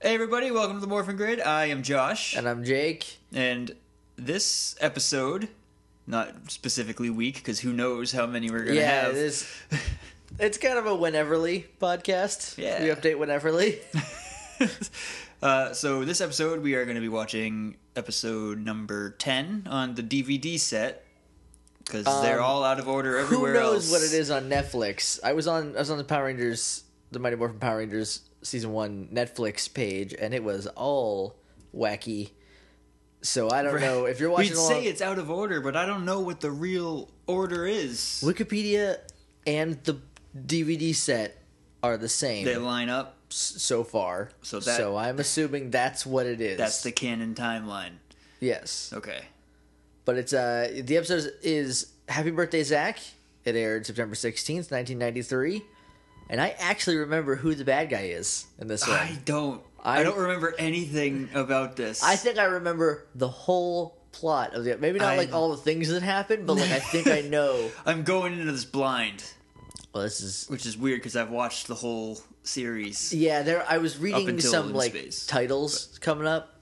Hey everybody, welcome to the Morphin Grid. I am Josh, And I'm Jake. and this episode, not specifically week, because who knows how many we're gonna Yeah, have. this it's kind of a wheneverly podcast. Yeah. We update wheneverly. uh, so this episode, we are going to be watching episode number ten on the DVD set because they're all out of order Um, Who everywhere else. knows what it is on Netflix? I was on I was on the Power Rangers the Mighty Morphin Power Rangers season one Netflix page and it was all wacky. So I don't know if you're watching We'd along say it's out of order, but I don't know what the real order is. Wikipedia and the DVD set are the same They line up. s- so far. So that- so I'm assuming that's what it is. That's the canon timeline. yes. Okay. But it's uh the episode is, is Happy Birthday Zach. It aired September sixteenth, nineteen ninety three. And I actually remember who the bad guy is in this one. I I, don't. I, I- don't remember anything about this. think I remember the whole plot of the maybe not I- like all the things that happened, but like I think I know. I'm going into this blind, Well, this is which is weird because I've watched the whole series. yeah. There, I was reading until some in like space, titles coming up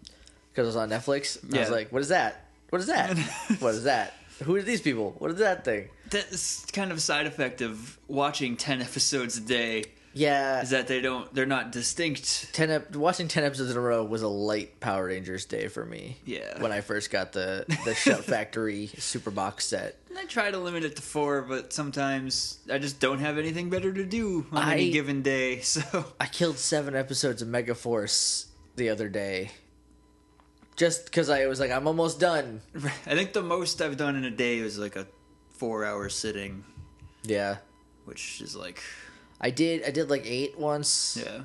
because it was on Netflix. I Yeah. was like, what is that? What is that? what is that? Who are these people? What is that thing? That's kind of a side effect of watching ten episodes a day Yeah, is that they don't. They're not distinct. ten ep- watching ten episodes in a row was a light Power Rangers day for me. Yeah. when I first got the the Shut Factory Super Box set, And I try to limit it to four, but sometimes I just don't have anything better to do on any I- given day. So I killed seven episodes of Mega Force the other day, just because I was like, I'm almost done. I think the most I've done in a day is like a four-hour sitting, Yeah, which is like I did. I did like eight once, yeah,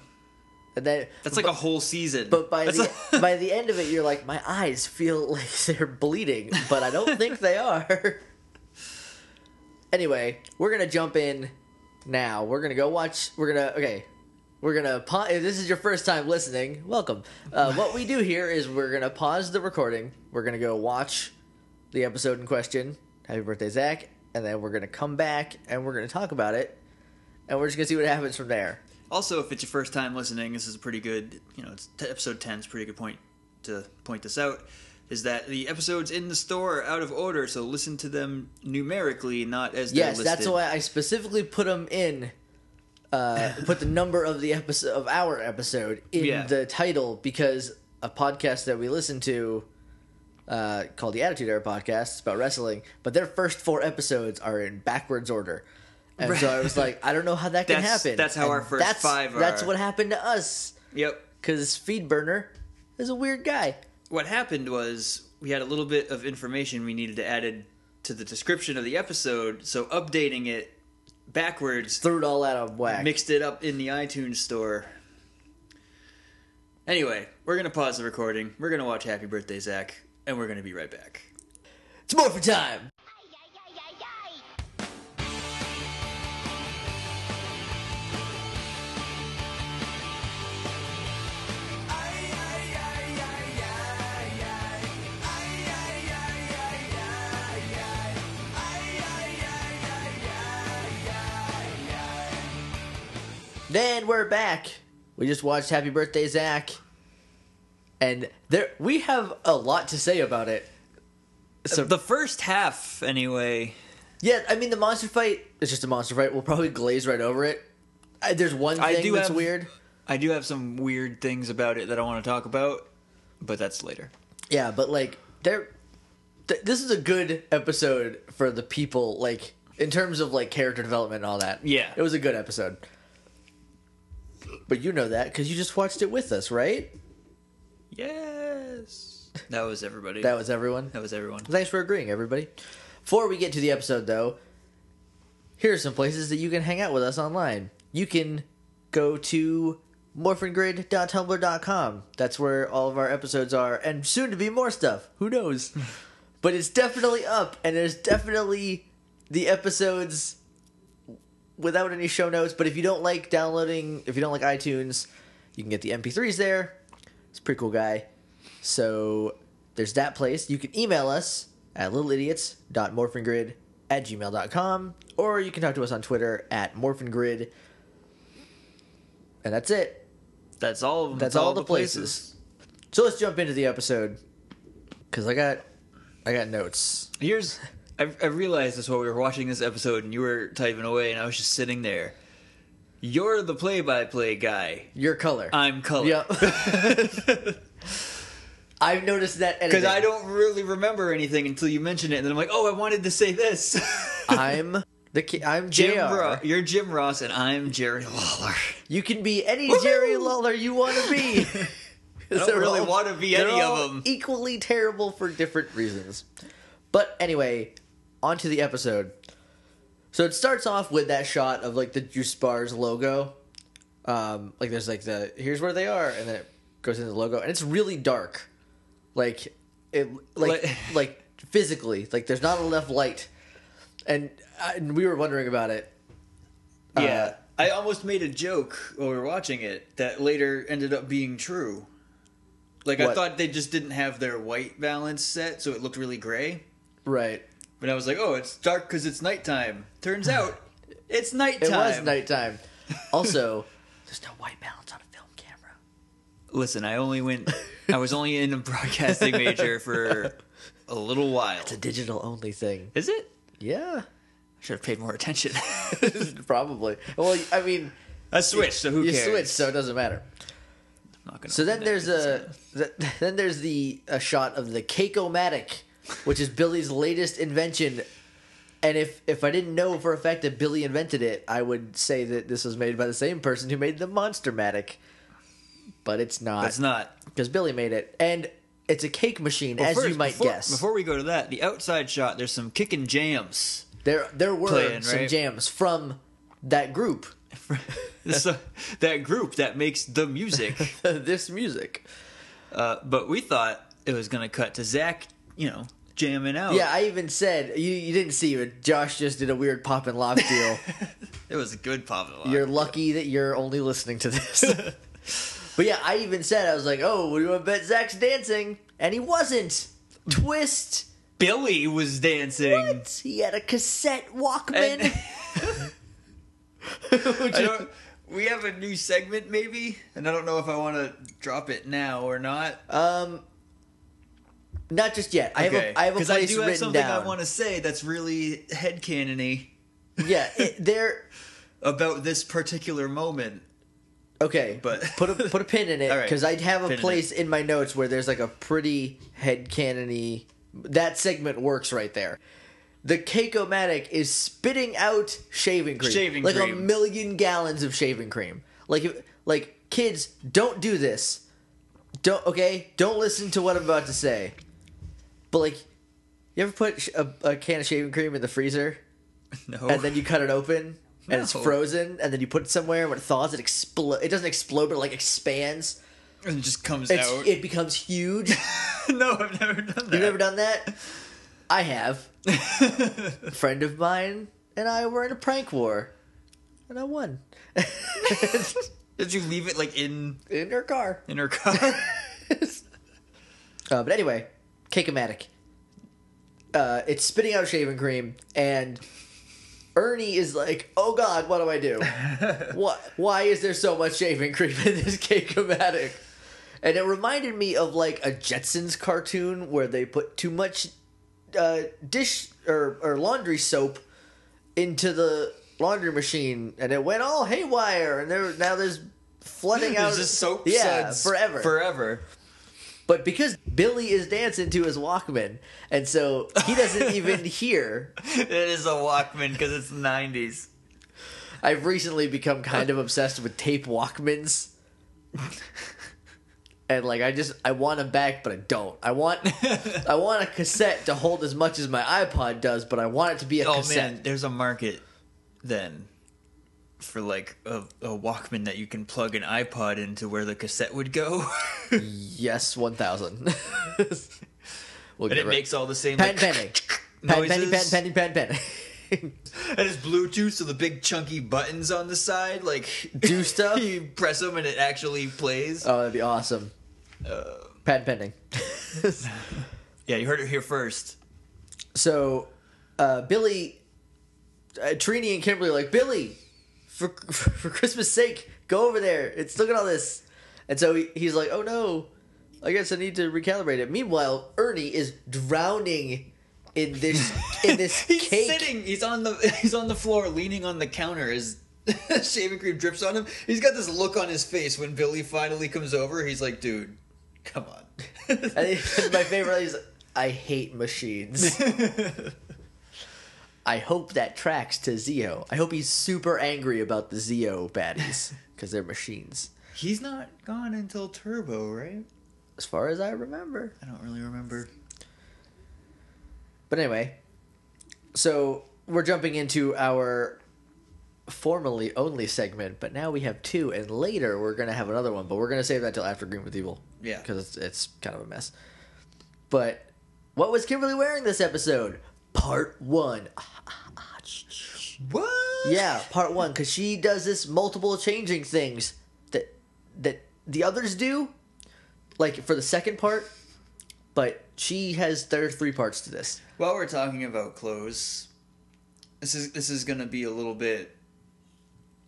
and then that's like a whole season. But by That's the a- by the end of it, you're like, my eyes feel like they're bleeding, but I don't think they are. anyway, we're gonna jump in now. We're gonna go watch. We're gonna okay. We're gonna pause. If this is your first time listening, welcome. Uh, what we do here is we're gonna pause the recording. We're gonna go watch the episode in question. Happy birthday, Zach! And then we're gonna come back and we're gonna talk about it, and we're just gonna see what happens from there. Also, if it's your first time listening, this is a pretty good, you know, it's t- episode 10 is a pretty good point to point this out, is that the episodes in the store are out of order, so listen to them numerically, not as Yes, they're listed. that's why I specifically put them in. Uh, put the number of the episode of our episode in Yeah. the title because a podcast that we listen to uh, called the Attitude Era podcast it's about wrestling, but their first four episodes are in backwards order. And so I was like, I don't know how that can That's- happen. that's how And our first that's, five are. That's what happened to us Yep. because Feedburner is a weird guy. What happened was we had a little bit of information we needed to added to the description of the episode, so updating it backwards Threw it all out of whack. mixed it up in the iTunes store. Anyway, we're going to pause the recording. We're going to watch Happy Birthday Zach, and we're going to be right back. it's more for time. Then we're back. We just watched Happy Birthday Zach. And there we have a lot to say about it. So The first half, anyway. yeah, I mean the monster fight is just a monster fight. We'll probably glaze right over it. I, there's one thing I do that's have- weird. I do have some weird things about it that I want to talk about, but that's later. Yeah, but like there th- this is a good episode for the people like in terms of like character development and all that. Yeah. It was a good episode. But you know that cuz you just watched it with us, right? Yes. That was everybody. That was everyone. that was everyone. Thanks for agreeing, everybody. Before we get to the episode, though, here are some places that you can hang out with us online. You can go to morphingrid.tumblr.com. That's where all of our episodes are, and soon to be more stuff. Who knows? but it's definitely up, and there's definitely the episodes without any show notes. But if you don't like downloading, if you don't like iTunes, you can get the MP3s there. It's a pretty cool guy. So there's that place. You can email us at littleidiots.morphingrid at gmail.com or you can talk to us on Twitter at morphingrid. And that's it. That's all of them. That's all the places. So let's jump into the episode because I got I got notes. Here's I, I realized this while we were watching this episode, and you were typing away, and I was just sitting there. You're the play-by-play guy. Your color. I'm color. Yep. I've noticed that Because I don't really remember anything until you mention it, and then I'm like, oh, I wanted to say this. I'm the ki- I'm Jr. Jim Ross. You're Jim Ross, and I'm Jerry Lawler. You can be any Woohoo! Jerry Lawler you want to be. I don't really want to be any of them. Equally terrible for different reasons. But anyway, on to the episode. So it starts off with that shot of like the juice bars logo. Um, like there's like the here's where they are, and then it goes into the logo, and it's really dark. Like it like Like- like physically, like there's not enough light. And, I, and we were wondering about it. Uh, Yeah. I almost made a joke while we were watching it that later ended up being true. Like, I What? thought they just didn't have their white balance set, so it looked really gray. Right. But I was like, oh, it's dark because it's nighttime. Turns out, it's It nighttime. was nighttime. Also, there's no white balance on a film camera. Listen, I only went, I was only in a broadcasting major for a little while. It's a digital only thing. Is it? Yeah, I should have paid more attention. probably. Well, I mean, I switched, so who you cares? switch, so it doesn't matter. I'm not gonna So open then it. there's a th- then there's the a shot of the Cake-O-Matic, which is Billy's latest invention. And if if I didn't know for a fact that Billy invented it, I would say that this was made by the same person who made the Monster-Matic. But it's not It's not. because Billy made it, and it's a cake machine, as you First, might before, guess. Before we go to that, the outside shot, there's some kicking jams. There, there were Playing, some right? jams from that group, so, that group that makes the music. this music. Uh, but we thought it was going to cut to Zach, you know, jamming out. Yeah, I even said you, you didn't see it. Josh just did a weird pop and lock deal. It was a good pop of you're lucky that you're only listening to this. but yeah, I even said I was like, "Oh, we want to bet Zach's dancing," and he wasn't. Twist. Billy was dancing. What? He had a cassette Walkman. And- Which I is- don't, we have a new segment, maybe, and I don't know if I want to drop it now or not. um, not just yet. I have a, I have a 'Cause place I do have written something down. I want to say that's really headcanony Yeah, it, there. about this particular moment. Okay, But- put a put a pin in it All right. because I'd have a Pin in place in my notes where there's like a pretty head cannony. That segment works right there. The Keikomatic is spitting out shaving cream, Shaving like a cream. million gallons of shaving cream. Like if- like kids, don't do this. Don't okay. Don't listen to what I'm about to say. But like, you ever put sh- a, a can of shaving cream in the freezer? No. and then you cut it open and it's No. frozen and then you put it somewhere when it thaws it explodes it doesn't explode but it like expands And it just comes it's, out. it becomes huge no, I've never done that. you've never done that i have a friend of mine and i were in a prank war and i won Did you leave it like in in her car in her car? Uh, but anyway, Cake-O-Matic. Uh, it's spitting out shaving cream, and Ernie is like, "Oh God, what do I do? what? Why is there so much shaving cream in this Cake-O-Matic?" And it reminded me of like a Jetsons cartoon where they put too much uh, dish or, or laundry soap into the laundry machine, and it went all haywire, and there now there's flooding out. There's just soap yeah, suds forever. Forever. But because Billy is dancing to his Walkman, and so he doesn't even hear, it is a Walkman because it's '90s. I've recently become kind of obsessed with tape Walkmans. And like I just I want them back, but I don't. I want Oh, I want a cassette to hold as much as my iPod does, but I want it to be a Oh cassette. man, there's a market then for like a, a Walkman that you can plug an iPod into where the cassette would go, and Yes, one thousand. we'll it right- makes all the same pen like, penny. Pen penny pen noises. penny pen penny. And it's Bluetooth, so the big chunky buttons on the side like Do stuff. you press them and it actually plays. Oh, that'd be awesome. Uh, Patent pending. yeah, you heard it here first. so uh, Billy, uh, Trini and Kimberly are like Billy, for, for Christmas sake, go over there. It's look at all this, And so he, he's like, "Oh no, I guess I need to recalibrate it." Meanwhile, Ernie is drowning in this in this he's cake. sitting. He's on the he's on the floor, leaning on the counter. His shaving cream drips on him. He's got this look on his face when Billy finally comes over. He's like, "Dude, come on." And he- my favorite is, "I hate machines." I hope that tracks to Zio. I hope he's super angry about the Zio baddies because they're machines, he's not gone until Turbo, right? as far as I remember. I don't really remember. But anyway, so we're jumping into our formerly only segment, but now we have two, and later we're gonna have another one, but we're gonna save that till after Green with Evil. Yeah. because it's, it's kind of a mess. But what was Kimberly wearing this episode? Part one. What? Yeah, part one, because she does this multiple changing things that that the others do, like for the second part. But she has there are three parts to this. While we're talking about clothes, this is this is gonna be a little bit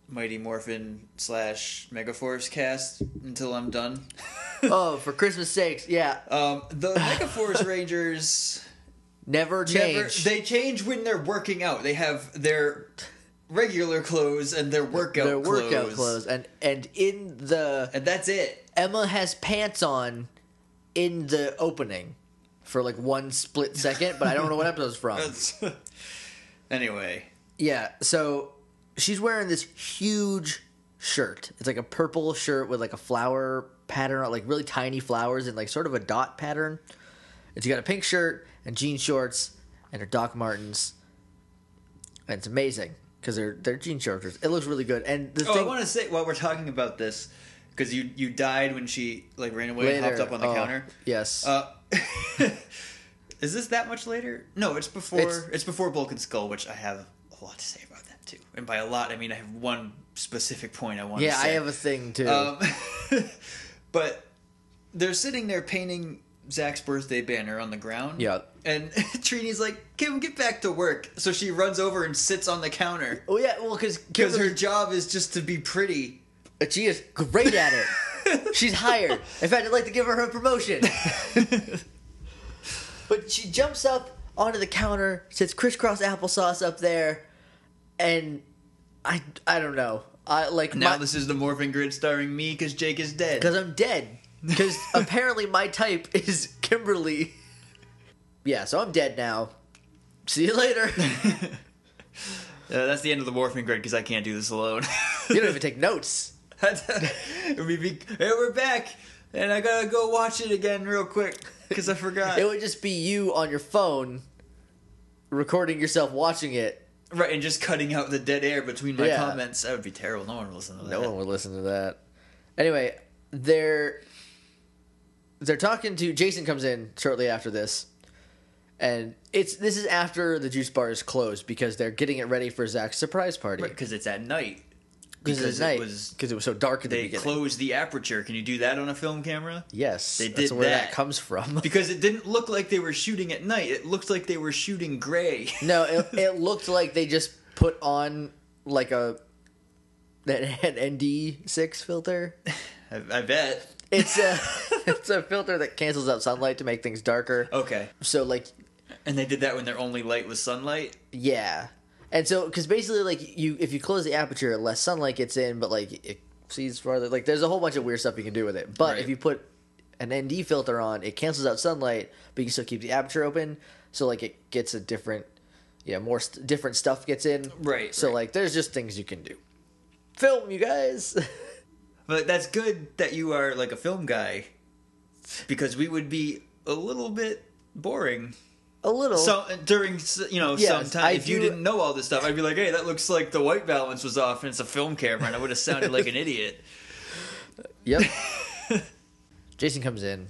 Mighty Morphin slash Megaforce cast until I'm done. oh, for Christmas sakes, yeah. Um, the Megaforce Rangers Never change. never they change when they're working out. They have their regular clothes and their workout their workout clothes. clothes. and and in the And that's it. Emma has pants on in the opening for like one split second, but I don't know what episode it's from. That's- anyway. Yeah, so she's wearing this huge shirt. It's like a purple shirt with like a flower pattern, like really tiny flowers and like sort of a dot pattern. And she got a pink shirt and jean shorts and her Doc Martens. And it's amazing because they're they're jean shorts. It looks really good. And the Oh, I thing, want to say while we're talking about this, because you you died when she like ran away and hopped Later. up on the Oh, counter. Yes. Uh, is this that much later? No, it's before. It's, It's- before Bulk and Skull, which I have a lot to say about that too. And by a lot, I mean I have one specific point I want. yeah, to I say. have a thing too. Um, but they're sitting there painting Zach's birthday banner on the ground. Yeah. And Trini's like, "Kim, get back to work." So she runs over and sits on the counter oh yeah, well because because her job is just to be pretty. she is great at it. She's hired. In fact, I'd like to give her a promotion. but she jumps up onto the counter, sits crisscross applesauce up there, and I I don't know. I like Now my- this is the Morphin Grid starring me because Jake is dead. Because I'm dead. Because apparently my type is Kimberly. Yeah, so I'm dead now. See you later. you Uh, that's the end of the Morphin Grid because I can't do this alone. don't even take notes. we be, hey, we're back, and I gotta go watch it again real quick because I forgot. It would just be you on your phone recording yourself watching it. right, and just cutting out the dead air between my Yeah. comments. That would be terrible. No one would listen to that. No one would listen to that. Anyway, they're they're talking to Jason comes in shortly after this. And it's this is after the juice bar is closed because they're getting it ready for Zach's surprise party. because it's at night. because because it's it night was- because it was so dark at the They beginning. close the aperture. Can you do that on a film camera? yes, they that's did where that, that. comes from. Because it didn't look like they were shooting at night. It looked like they were shooting gray. no, it, it looked like they just put on like a an ND six filter. I, I bet. It's a it's a filter that cancels out sunlight to make things darker. Okay. So like And they did that when their only light was sunlight. Yeah, and so because basically, like you, if you close the aperture, less sunlight gets in, but like it sees farther. Like there's a whole bunch of weird stuff you can do with it. But Right. if you put an ND filter on, it cancels out sunlight, but you can still keep the aperture open. So like it gets a different, yeah, more st- different stuff gets in. Right, So right. like there's just things you can do. Film, you guys. But that's good that you are like a film guy, because we would be a little bit boring. a little. So uh, during s- you know Yes, some I time, if you do- didn't know all this stuff, I'd be like, "Hey, that looks like the white balance was off, and it's a film camera," and I would have sounded like an idiot. Yep. Jason comes in,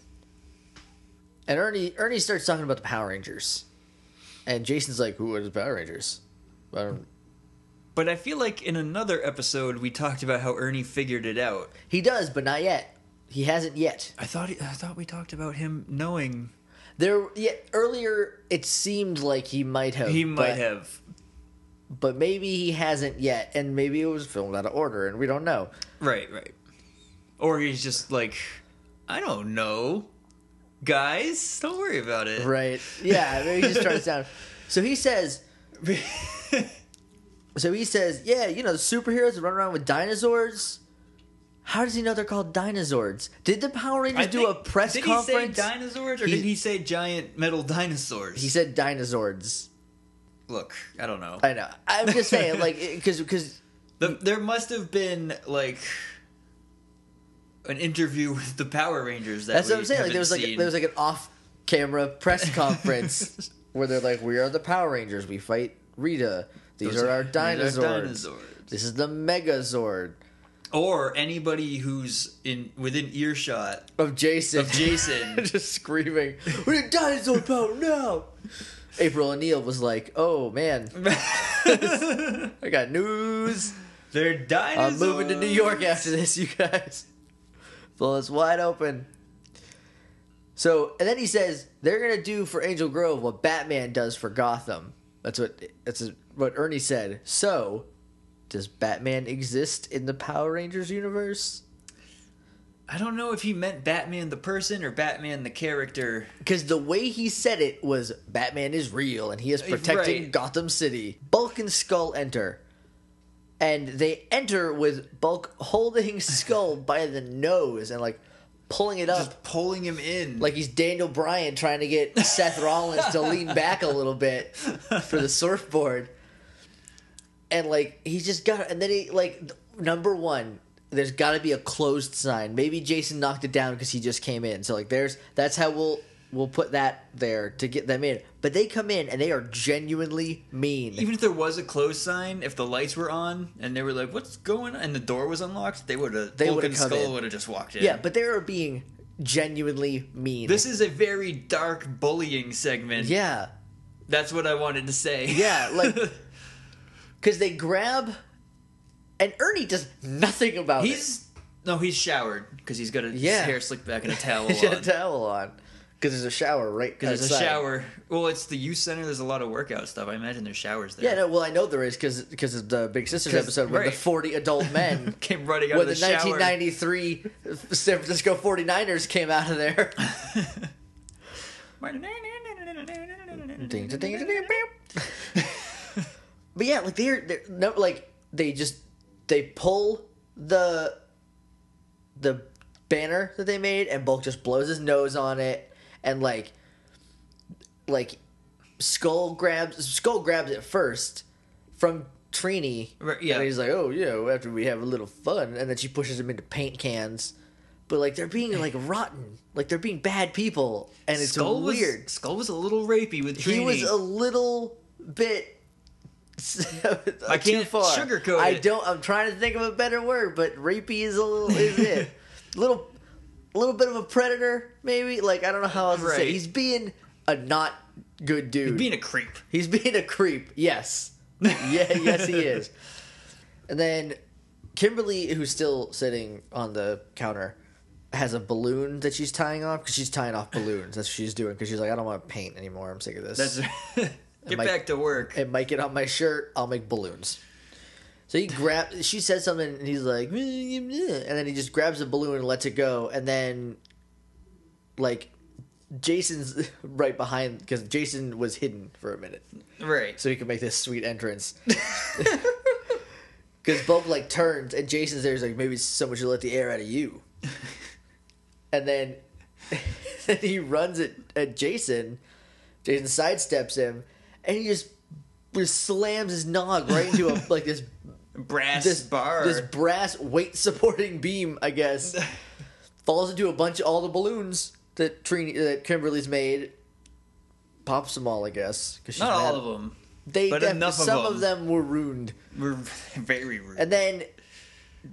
and Ernie Ernie starts talking about the Power Rangers, and Jason's like, "Who are the Power Rangers?" I don't- But I feel like in another episode we talked about how Ernie figured it out. He does, but not yet. He hasn't yet. I thought he, I thought we talked about him knowing There, yeah, earlier it seemed like he might have. he might but- have. but maybe he hasn't yet, and maybe it was filmed out of order, and we don't know. Right, right. Or he's just like, I don't know, guys. Don't worry about it. Right. Yeah, maybe he just turns down. So he says, so he says, yeah, you know, superheroes that run around with dinosaurs. How does he know they're called dinosaurs? Did the Power Rangers I do think- a press did conference? he say dinosaurs or He- did he say giant metal dinosaurs? he said dinosaurs. Look, I don't know. I know. I'm just saying, like, because because The, there must have been like an interview with the Power Rangers. That that's we what I'm saying. Like, there was like haven't there was like an off-camera press conference where they're like, "We are the Power Rangers. We fight Rita. These seen. are our Those dinosaurs. dinosaurs. This is the Megazord Or anybody who's in within earshot of Jason. of Jason. just screaming, "We need dinosaur power now!" April O'Neil was like, "Oh man, I got news. They're I'm dinosaurs. moving to New York after this, you guys. Floor's wide open." So, and then he says they're gonna do for Angel Grove what Batman does for Gotham. That's what that's what Ernie said. So, does Batman exist in the Power Rangers universe? I don't know if he meant Batman the person or Batman the character. Because the way he said it was Batman is real and he is protecting Right. Gotham City. Bulk and Skull enter. And they enter with Bulk holding Skull by the nose and like pulling it up Just pulling him in. like he's Daniel Bryan trying to get Seth Rollins to lean back a little bit for the surfboard. And like he's just got and then he like th- number 1 there's got to be a closed sign. Maybe Jason knocked it down cuz he just came in. So like there's that's how we'll we'll put that there to get them in. But they come in and they are genuinely mean. even if there was a close sign, if the lights were on and they were like, "What's going?" on? and the door was unlocked, they would have. They Hulk would've and come in. Skull would have just walked in. yeah, but they are being genuinely mean. this is a very dark bullying segment. yeah. that's what I wanted to say. Yeah, like- Cuz they grab and Ernie does nothing about it. he's no, he's showered because he's got a, his Yeah. hair slicked back and a towel on. He's got a towel on because there's a shower right. Because there's a outside. shower. Well, it's the youth center. There's a lot of workout stuff. I imagine there's showers there. Yeah, no. Well, I know there is because because of the Big Sisters 'Cause- episode where the right. forty adult men. Came running out When of the, the, shower. 1993 San Francisco 49ers came out of there. Ding, ding, ding, ding, ding, boop. but yeah, like they're, they're no, like they just they pull the the banner that they made and Bulk just blows his nose on it and like like Skull grabs Skull grabs it first from Trini. Right, yeah. And he's like, "Oh yeah, after we have a little fun." And then she pushes him into paint cans. But like they're being like rotten. Like they're being bad people and it's Skull was, weird Skull was a little rapey with Trini. he was a little bit I too can't far. sugarcoat I it. don't. I'm trying to think of a better word, but rapey is a little is it little little bit of a predator maybe. Like I don't know how else to Right. say. He's being a not good dude. being a creep. He's being a creep. Yes. Yeah, yes he is. And then Kimberly who's still sitting on the counter has a balloon that she's tying off cuz she's tying off balloons. That's what she's doing cuz she's like I don't want to paint anymore. I'm sick of this. That's get Mike- back to work. and make it on my shirt, I'll make balloons. So he grabs. She says something, and he's like, and then he just grabs a balloon and lets it go, and then, like, Jason's right behind because Jason was hidden for a minute, Right. so he could make this sweet entrance. Because Bulk like turns, and Jason's there. He's like, maybe someone should let the air out of you. and then, then he runs at, at Jason. Jason sidesteps him, and he just just slams his nog right into a like this Brass this bar. this brass weight supporting beam, I guess. falls into a bunch of all the balloons that Trini that Kimberly's made. Pops them all, I guess. 'cause she's Not mad. all of them. They but def- enough of some them. of them were ruined. We're very rude. And then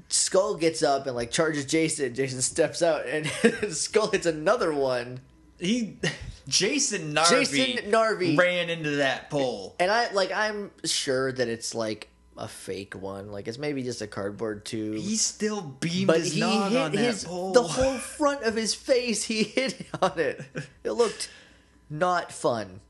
Skull gets up and like charges Jason. Jason steps out and Skull hits another one. he, Jason Narvi, Jason Narvi. ran into that pole. And I like I'm sure that it's like a fake one. Like it's maybe just a cardboard tube. He still beamed but his he nog hit on that his pole. the whole front of his face. He hit on it. It looked not fun.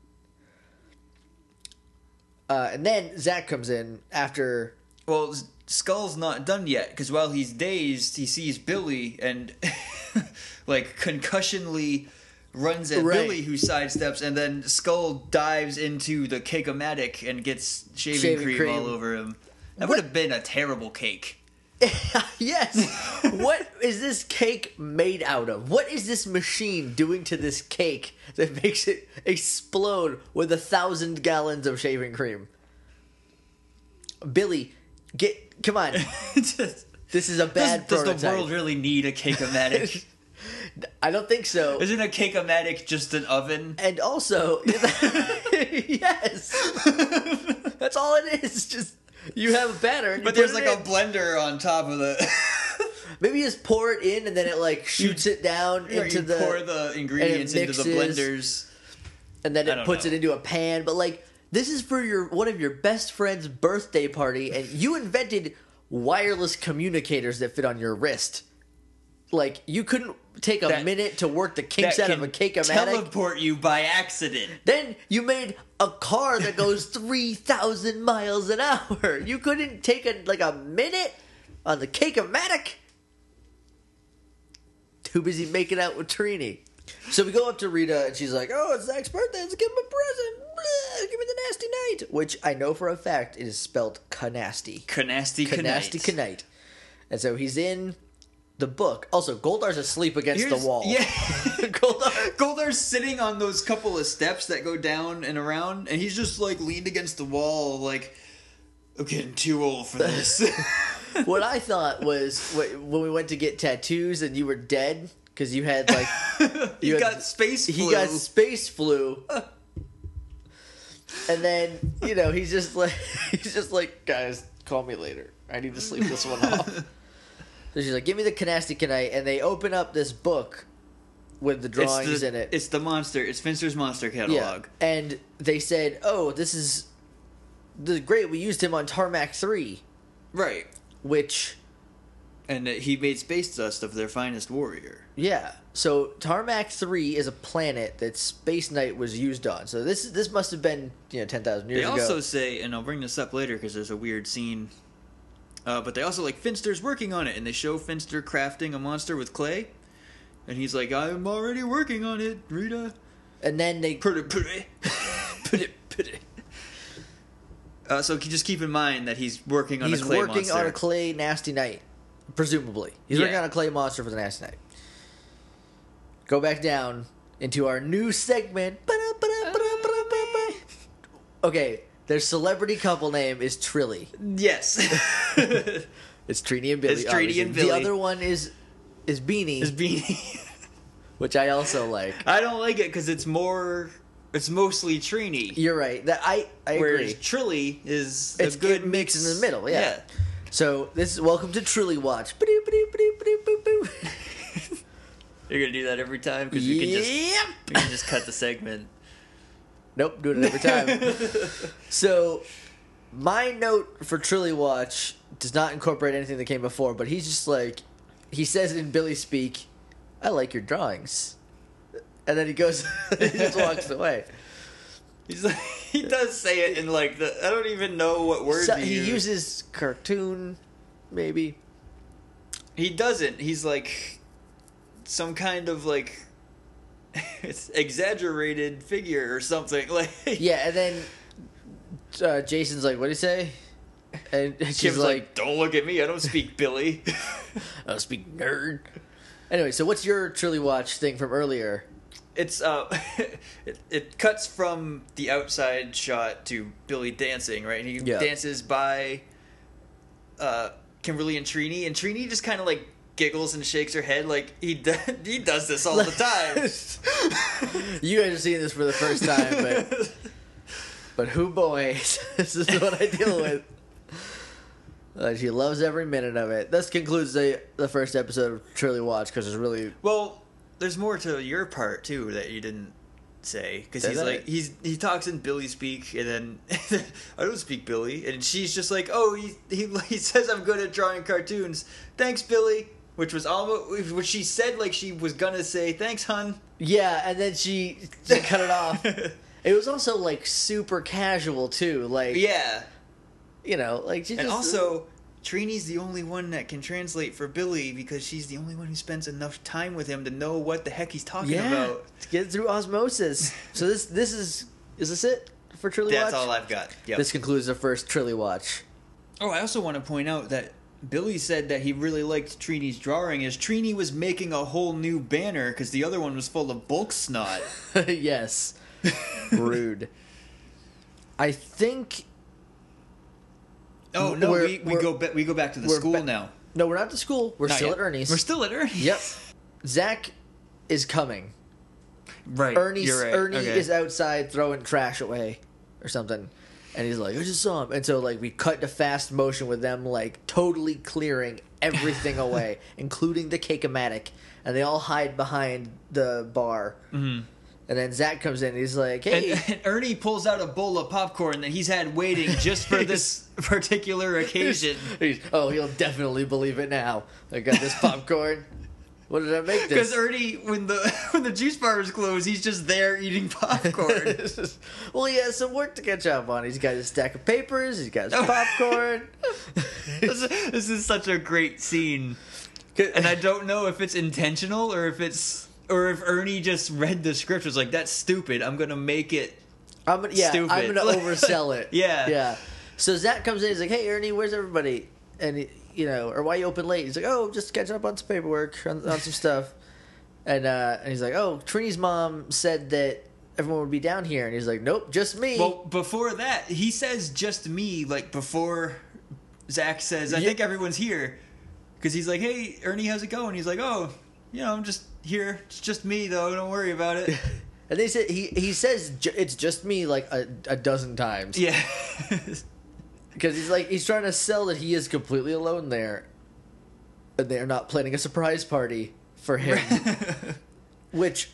Uh, and then Zach comes in after Well, S- Skull's not done yet because while he's dazed, he sees Billy and like concussionly runs at Right. Billy, who sidesteps, and then Skull dives into the cake-o-matic and gets shaving, Shaving cream, cream. all over him. That What- would have been a terrible cake. yes. what is this cake made out of? What is this machine doing to this cake that makes it explode with a thousand gallons of shaving cream? Billy, get come on. Just- This is a does, bad does the prototype. world really need a cake-o-matic? I don't think so. Isn't a cake-o-matic just an oven? And also, yes, that's all it is. Just you have a batter, and you But there's put like it a in. blender on top of the. maybe you just pour it in, and then it like shoots it down you into the, pour the ingredients into the blenders. mixes. and then I it don't puts know. it into a pan. But like, this is for your one of your best friend's birthday party, and you invented wireless communicators that fit on your wrist. Like you couldn't take a That- minute to work the kinks out of a cake o teleport you by accident. Then you made a car that goes 3,000 miles an hour. You couldn't take a, like a minute on the Cake-O-Matic? Too busy making out with Trini. So we go up to Rita and she's like, oh, it's Zach's birthday. Let's give him a present. Blah, give me the nasty night. Which I know for a fact is spelled canasty. Canasty, Canasty Knight. And so he's in the book. Also, Goldar's asleep against the wall. Yeah, Goldar. Goldar's sitting on those couple of steps that go down and around, and he's just like leaned against the wall, like I'm getting too old for this. what I thought was wh- when we went to get tattoos and you were dead because you had like he had- got space flu. he got space flu, and then you know he's just like he's just like guys, call me later. I need to sleep this one off. So she's like, give me the canasticanite, and they open up this book with the it's drawings the, in it. It's the monster. It's Finster's monster Yeah. catalog. And they said, oh, this is this is great. We used him on Tarmac Three, Right. which And uh, he made space dust of their finest warrior. Yeah. So Tarmac Three is a planet that Space Knight was used on. So this this must have been you know ten thousand years They ago. also say, and I'll bring this up later because there's a weird scene. Uh, but they also like Finster's working on it, and they show Finster crafting a monster with clay, and he's like, "I'm already working on it, Rita." and then they Put it, put it, put it, put it. Uh, so just keep in mind that he's working on he's a clay working monster. on a clay nasty knight, presumably. He's working Yeah. on a clay monster for the nasty knight. Go back down into our new segment. Ba-da-ba-da-ba-da-ba-da-ba. Okay, their celebrity couple name is Trilly. yes, It's Trini and Billy. It's Trini and obviously. Billy. The other one is is Beanie, his beanie. which I also like. I don't like it because it's more. It's mostly Trini, You're right. That I I whereas agree. Trilly is It's a good it mix in the middle, yeah. yeah. So this is welcome to Truly Watch. Ba-doo, ba-doo, ba-doo, ba-doo, ba-doo, ba-doo. You're gonna do that every time because you can just yep. we can just cut the segment. Nope, doing it every time. so my note for Truly Watch does not incorporate anything that came before, but he's just like he says it in Billy speak. I like your drawings, and then he goes, he just walks away. He's like, he does say it in like the I don't even know what word So he, he used. uses cartoon, maybe. He doesn't. He's like some kind of like it's exaggerated figure or something. Like Yeah, and then uh, Jason's like, "What do you say?" And she's Kim's like, like don't look at me. I don't speak Billy. I was speaking Uh, nerd. Anyway, so what's your truly watch thing from earlier? it's uh, it, it cuts from the outside shot to Billy dancing, right? And he Yeah. dances by uh, Kimberly and Trini, and Trini just kind of like giggles and shakes her head, like he do- he does this all the time. You guys are seeing this for the first time, but but who boy, this is what I deal with. Uh, she loves every minute of it. This concludes the the first episode of Truly Watch because it's really Well, there's more to your part too that you didn't say because Did he's I? like he's he talks in Billy speak and then I don't speak Billy and she's just like oh he, he he says I'm good at drawing cartoons thanks Billy which was almost which she said like she was gonna say thanks hun yeah. And then she, she cut it off. It was also like super casual too. Like yeah you know, like she And just also, Trini's the only one that can translate for Billy because she's the only one who spends enough time with him to know what the heck he's talking yeah, about. to get through osmosis. so this this is is this it for Trilly That's Watch? all I've got. Yep. This concludes the first Trilly Watch. Oh, I also want to point out that Billy said that he really liked Trini's drawing as Trini was making a whole new banner because the other one was full of bulk snot. yes. Rude. I think Oh no, We're- we, we we're- go ba- we go back to the we're school ba- now. no, we're not to school. We're Not still yet. at Ernie's. We're still at Ernie's. Yep. Zach is coming. Right. Ernie You're right. Ernie Okay. is outside throwing trash away or something. And he's like, I just saw him. And so like we cut to fast motion with them like totally clearing everything away, including the cake-o-matic. And they all hide behind the bar. Mm-hmm. And then Zach comes in. He's like, And, "Hey, and Ernie pulls out a bowl of popcorn that he's had waiting just for this particular occasion. He's- oh, he'll definitely believe it now. I got this popcorn. what did I make Because this? Ernie, when the when the juice bar is closed, he's just there eating popcorn. well, he has some work to catch up on. He's got his stack of papers. He's got his Oh. popcorn. this, this is such a great scene, and I don't know if it's intentional or if it's or if Ernie just read the script and was like, "That's stupid. I'm gonna make it." I'm gonna, yeah, Stupid. I'm gonna oversell it. Yeah. yeah. So Zach comes in. He's like, "Hey, Ernie, where's everybody?" And he, you know, or why you open late? He's like, "Oh, just catching up on some paperwork, on, on some stuff." And uh, and he's like, "Oh, Trini's mom said that everyone would be down here," and he's like, "Nope, just me." Well, before that, he says just me, like before Zach says, I Yeah. think everyone's here. Because he's like, hey, Ernie, how's it going? He's like, oh, you know, I'm just here. It's just me, though. Don't worry about it. And they said he he says "Ju- it's just me like a, a dozen times yeah. because he's like he's trying to sell that he is completely alone there, and they are not planning a surprise party for him, which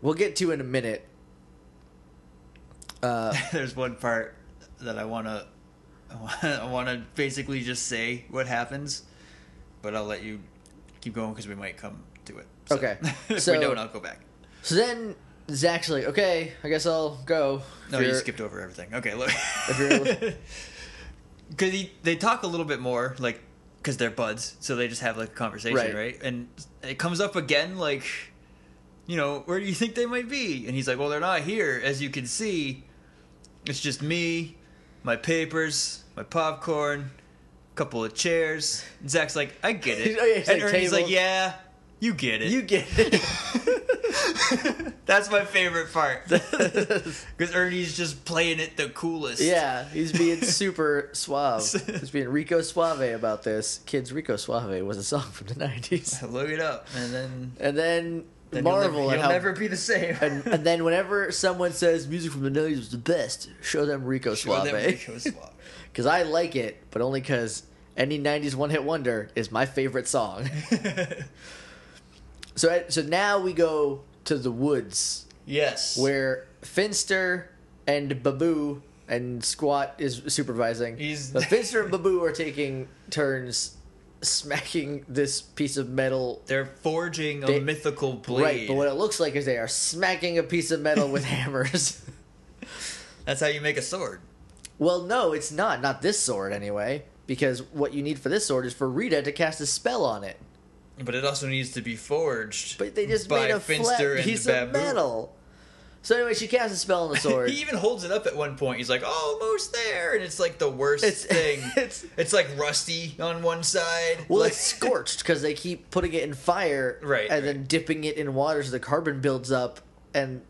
we'll get to in a minute. Uh, There's one part that I want to. I want to basically just say what happens, but I'll let you keep going because we might come to it. Okay. if So- we don't, I'll go back. so then Zach's like, okay, I guess I'll go. If No, you you're- skipped over everything. Okay, look. you're- Because they talk a little bit more, like, because they're buds, so they just have like a conversation, Right. right. And it comes up again, like, you know, where do you think they might be? And he's like, well, they're not here, as you can see. It's just me, my papers, my popcorn, a couple of chairs. And Zach's like, I get it. Oh, yeah, he's and like, Ernie's like, "Table." yeah, you get it. You get it. That's my favorite part. Because Ernie's just playing it the coolest. Yeah, he's being super suave. He's being Rico Suave about this. Kids, Rico Suave was a song from the 90s. Look it up, and then, And then, then Marvel You'll, never, and you'll how never be the same. and, and then whenever someone says music from the 90s was the best, show them Rico Sure, that Suave. Rico Suave. Because I like it, but only because any 90s one hit wonder is my favorite song. so, I- so now we go to the woods yes. where Finster and Babu and Squat is supervising. He's- But Finster and Babu are taking turns smacking this piece of metal They're forging a They- mythical Right, blade. but what it looks like is they are smacking a piece of metal with hammers. That's how you make a sword. Well, no, it's not. Not this sword, anyway. Because what you need for this sword is for Rita to cast a spell on it. But it also needs to be forged. But they just by made a flat Finster and piece Babu. of metal. So anyway, she casts a spell on the sword. He even holds it up at one point. He's like, almost there, and it's like the worst It's- thing. it's- it's like rusty on one side. well, like, it's scorched because they keep putting it in fire, Right, and then dipping it in water so the carbon builds up, and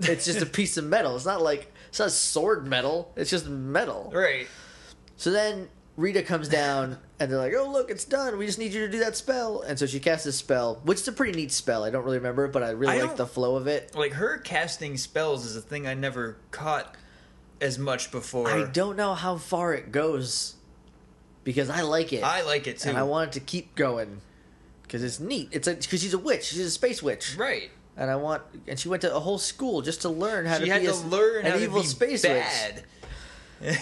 it's just a piece of metal. It's not like it's not sword metal. It's just metal. right. So then Rita comes down, and they're like, "Oh, look, it's done. We just need you to do that spell." And so she casts this spell, which is a pretty neat spell. I don't really remember it, but I really I like don't- the flow of it. like her casting spells is a thing I never caught as much before. I don't know how far it goes because I like it, I like it too. and I want it to keep going because it's neat. It's because she's a witch. She's a space witch, right. and I want. And she went to a whole school just to learn how She to had be to a- learn an how evil to be space witch. bad.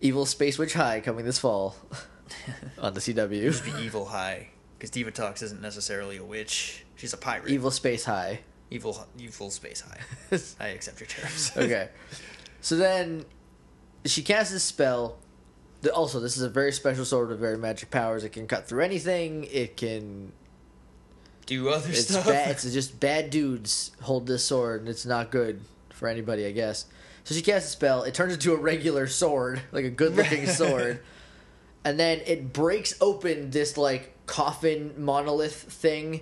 Evil space witch high coming this fall on the CW. the evil high, because Diva Talks isn't necessarily a witch. She's a pirate. evil space high. evil, evil space high. I accept your terms. okay. So then she casts this spell. Th- Also, this is a very special sword with very magic powers. It can cut through anything. It can. Do other It's stuff. bad. It's just bad dudes hold this sword, and it's not good for anybody, I guess. So she casts a spell. It turns into a regular sword, like a good-looking sword, and then it breaks open this like coffin monolith thing,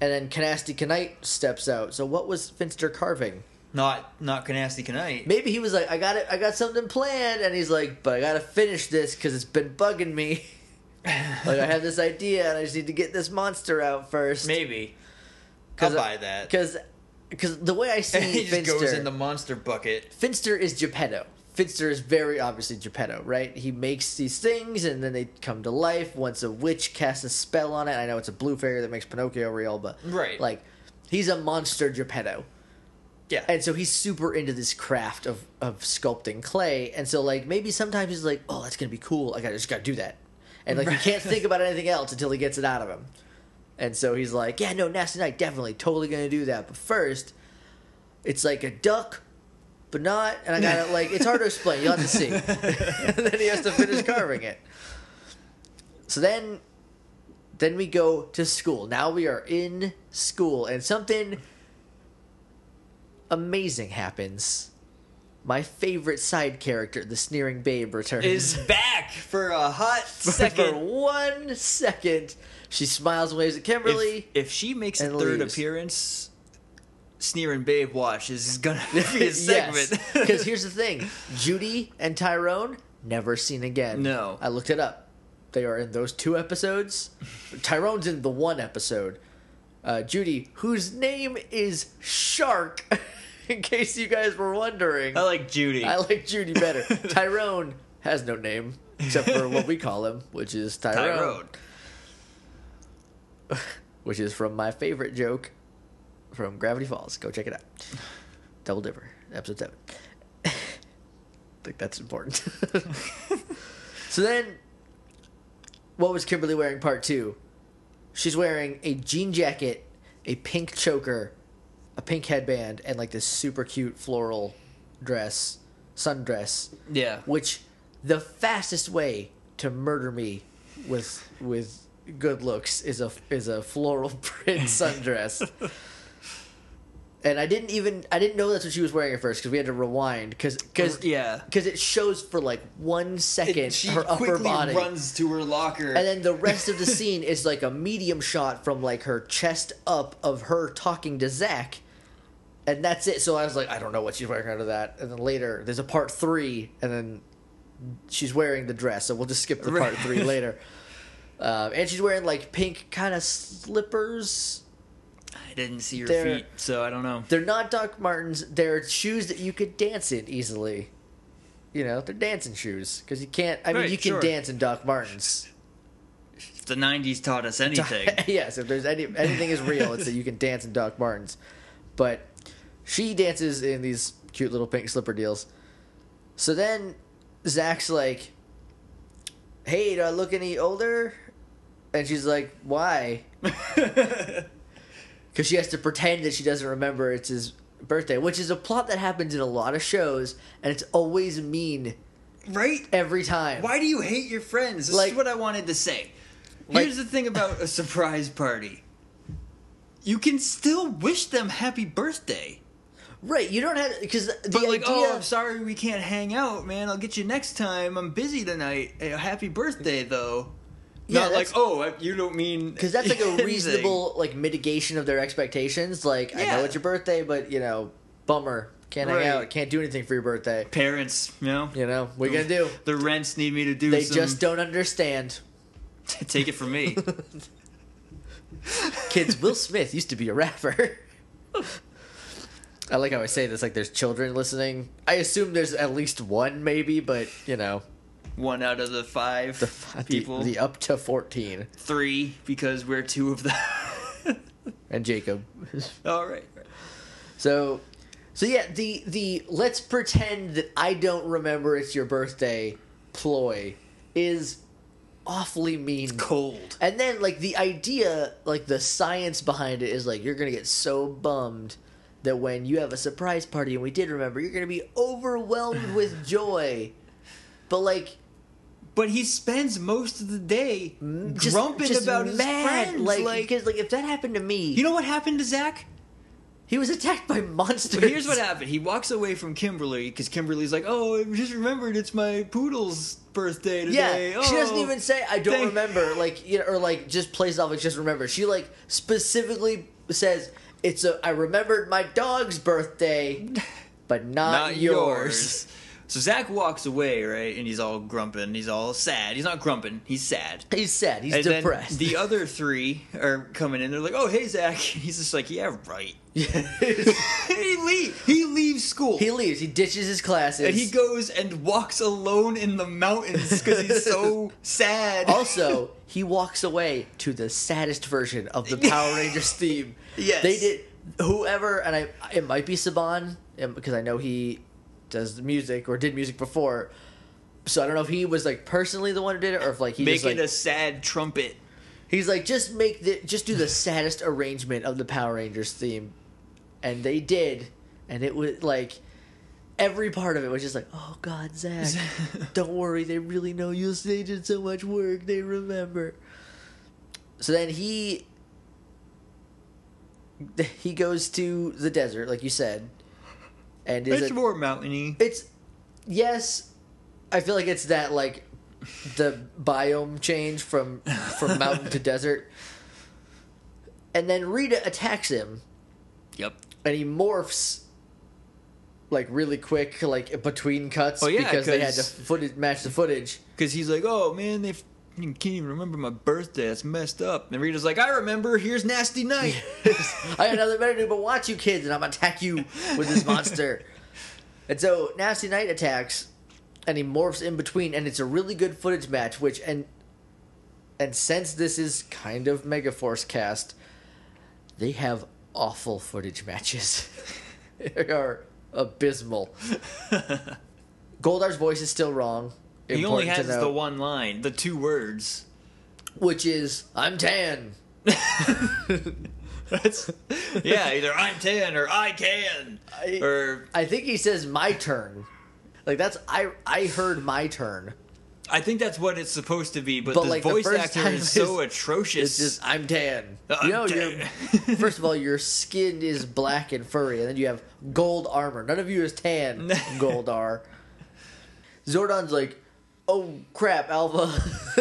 and then Canasti Knight steps out. So what was Finster carving? Not not Canasti Knight. Maybe he was like, I got it, I got something planned, and he's like, but I gotta finish this because it's been bugging me. like I have this idea, and I just need to get this monster out first. Maybe. I'll Cause buy I- that. because because the way I he see just Finster, goes in the monster bucket. Finster is Geppetto. Finster is very obviously Geppetto, right? He makes these things, and then they come to life once a witch casts a spell on it. I know it's a blue fairy that makes Pinocchio real, but Right. like he's a monster Geppetto. Yeah. And so he's super into this craft of, of sculpting clay. And so like maybe sometimes he's like, Oh, that's gonna be cool. I gotta just gotta do that. And like he can't think about anything else until he gets it out of him. And so he's like, Yeah, no, Nasty Night, definitely, totally gonna do that. But first, it's like a duck, but not and I gotta like it's hard to explain, you'll have to see. and then he has to finish carving it. So then then we go to school. Now we are in school and something amazing happens. My favorite side character, the sneering babe, returns. is back for a hot For second. one second, she smiles and waves at If- Kimberly. If, she makes a and third leaves. appearance, Sneer and Babe Wash is gonna be a segment. Because here's the thing Judy and Tyrone, never seen again. No. I looked it up. They are in those two episodes. Tyrone's in the one episode. Uh, Judy, whose name is Shark, in case you guys were wondering. I like Judy. I like Judy better. Tyrone has no name except for what we call him, which is Tyrone, Tyrone. which is from my favorite joke from Gravity Falls. Go check it out. Double Dipper, episode seven. I think that's important. so then, what was Kimberly wearing? Part two. She's wearing a jean jacket, a pink choker, a pink headband, and like this super cute floral dress, sundress Yeah. which the fastest way to murder me with with good looks is a is a floral print sundress. and I didn't even I didn't know that's what she was wearing at first because we had to rewind because because yeah. because it shows for like one second It- she her upper quickly body. runs to her locker. And then the rest of the scene is like a medium shot from like her chest up of her talking to Zach. And that's it. So I was like, I don't know what she's wearing under that. And then later, there's a part three, and then she's wearing the dress. So we'll just skip the part Right. three later. Um, and she's wearing like pink kind of slippers. I didn't see her there- feet, so I don't know. They're not Doc Martens. They're shoes that you could dance in easily. You know, they're dancing shoes because you can't. I mean, Right, you can sure. dance in Doc Martens. If the '90s taught us anything. yes, if there's any anything is real, it's that you can dance in Doc Martens. But she dances in these cute little pink slipper deals. So then Zach's like, "Hey, do I look any older?" And she's like, "Why?" Because she has to pretend that she doesn't remember it's his birthday, which is a plot that happens in a lot of shows, and it's always mean right? every time. Why do you hate your friends? This Like- is what I wanted to say. Like- Here's the thing about a surprise party. You can still wish them happy birthday. Right? You don't have because the But like, idea. oh, I'm sorry we can't hang out, man. I'll get you next time. I'm busy tonight. Hey, happy birthday, though. Yeah, Not like, that's- oh, I- you don't mean because that's like a anything. reasonable like mitigation of their expectations. Like I know Yeah. it's your birthday, but you know, bummer, can't Right. hang out, can't do anything for your birthday. parents. You know, You know, what are you gonna do? the rents need me to do. They some, just don't understand. take it from me. Kids, Will Smith used to be a rapper. I like how I say this. Like there's children listening. I assume there's at least one, maybe, but you know, One out of the five the- people, the uh, up to fourteen. three because we're two of them. And Jacob, All right. So, so yeah, the the let's pretend that I don't remember it's your birthday ploy is awfully mean. Cold. And then like the idea, like the science behind it is like you're gonna get so bummed that when you have a surprise party and we did remember, you're gonna be overwhelmed with joy. But like But he spends most of the day Mm, just, grumping just about his mad. friends. like because like if that happened to me, you know what happened to Zach? he was attacked by monsters. But here's what happened. He walks away from Kimberly because Kimberly's like, "Oh, I just remembered it's my poodle's birthday Yeah, today." she doesn't Oh." even say I don't thank- remember, like you know, or like just plays it off like just remember. She like specifically says it's a I remembered my dog's birthday, but not, not yours. yours. So Zach walks away, right, and he's all grumping. He's all sad. He's not grumping. He's sad. He's sad. He's And then depressed. the other three are coming in. They're like, "Oh, hey, Zach." He's just like, "Yeah, right." he leave. He leaves school. he leaves. He ditches his classes. and he goes and walks alone in the mountains because he's so sad. also, he walks away to the saddest version of the Power Rangers theme. Yes. they did. Whoever and I, it might be Saban um, because I know he does the music or did music before. So I don't know if he was like personally the one who did it or if like he just, making like, a sad trumpet. He's like, just make the, just do the saddest arrangement of the Power Rangers theme, and they did, and it was like, every part of it was just like, oh God, Zach, don't worry, they really know you. They did so much work, they remember. So then he, he goes to the desert, like you said, and is It's it, more mountainy. it's yes i feel like it's that like the biome change from from mountain to desert and then rita attacks him Yep. and he morphs like really quick like between cuts Oh, yeah, because they had to 'cause- footage match the footage Because he's like, oh man, they f- can't even remember my birthday. That's messed up. And Rita's like, I remember. Here's Nasty Night. I got nothing better to do but watch you kids, and I'm gonna attack you with this monster. and so Nasty Knight attacks, and he morphs in between, and it's a really good footage match. Which and and since this is kind of Megaforce cast, they have awful footage matches. they are abysmal. Goldar's voice is still wrong. he only Important to has the note, one line, the two words. which is "I'm tan." That's yeah. Either I'm tan or I can I- or I think he says "my turn." Like that's I I heard my turn. I think that's what it's supposed to be. But, But, the like, the voice first actor time is so is- atrocious. It's just I'm tan. Uh, I'm you know, tan. Your, first of all, your skin is black and furry, and then you have gold armor. None of you is tan. Goldar. Zordon's like, oh crap, Alpha.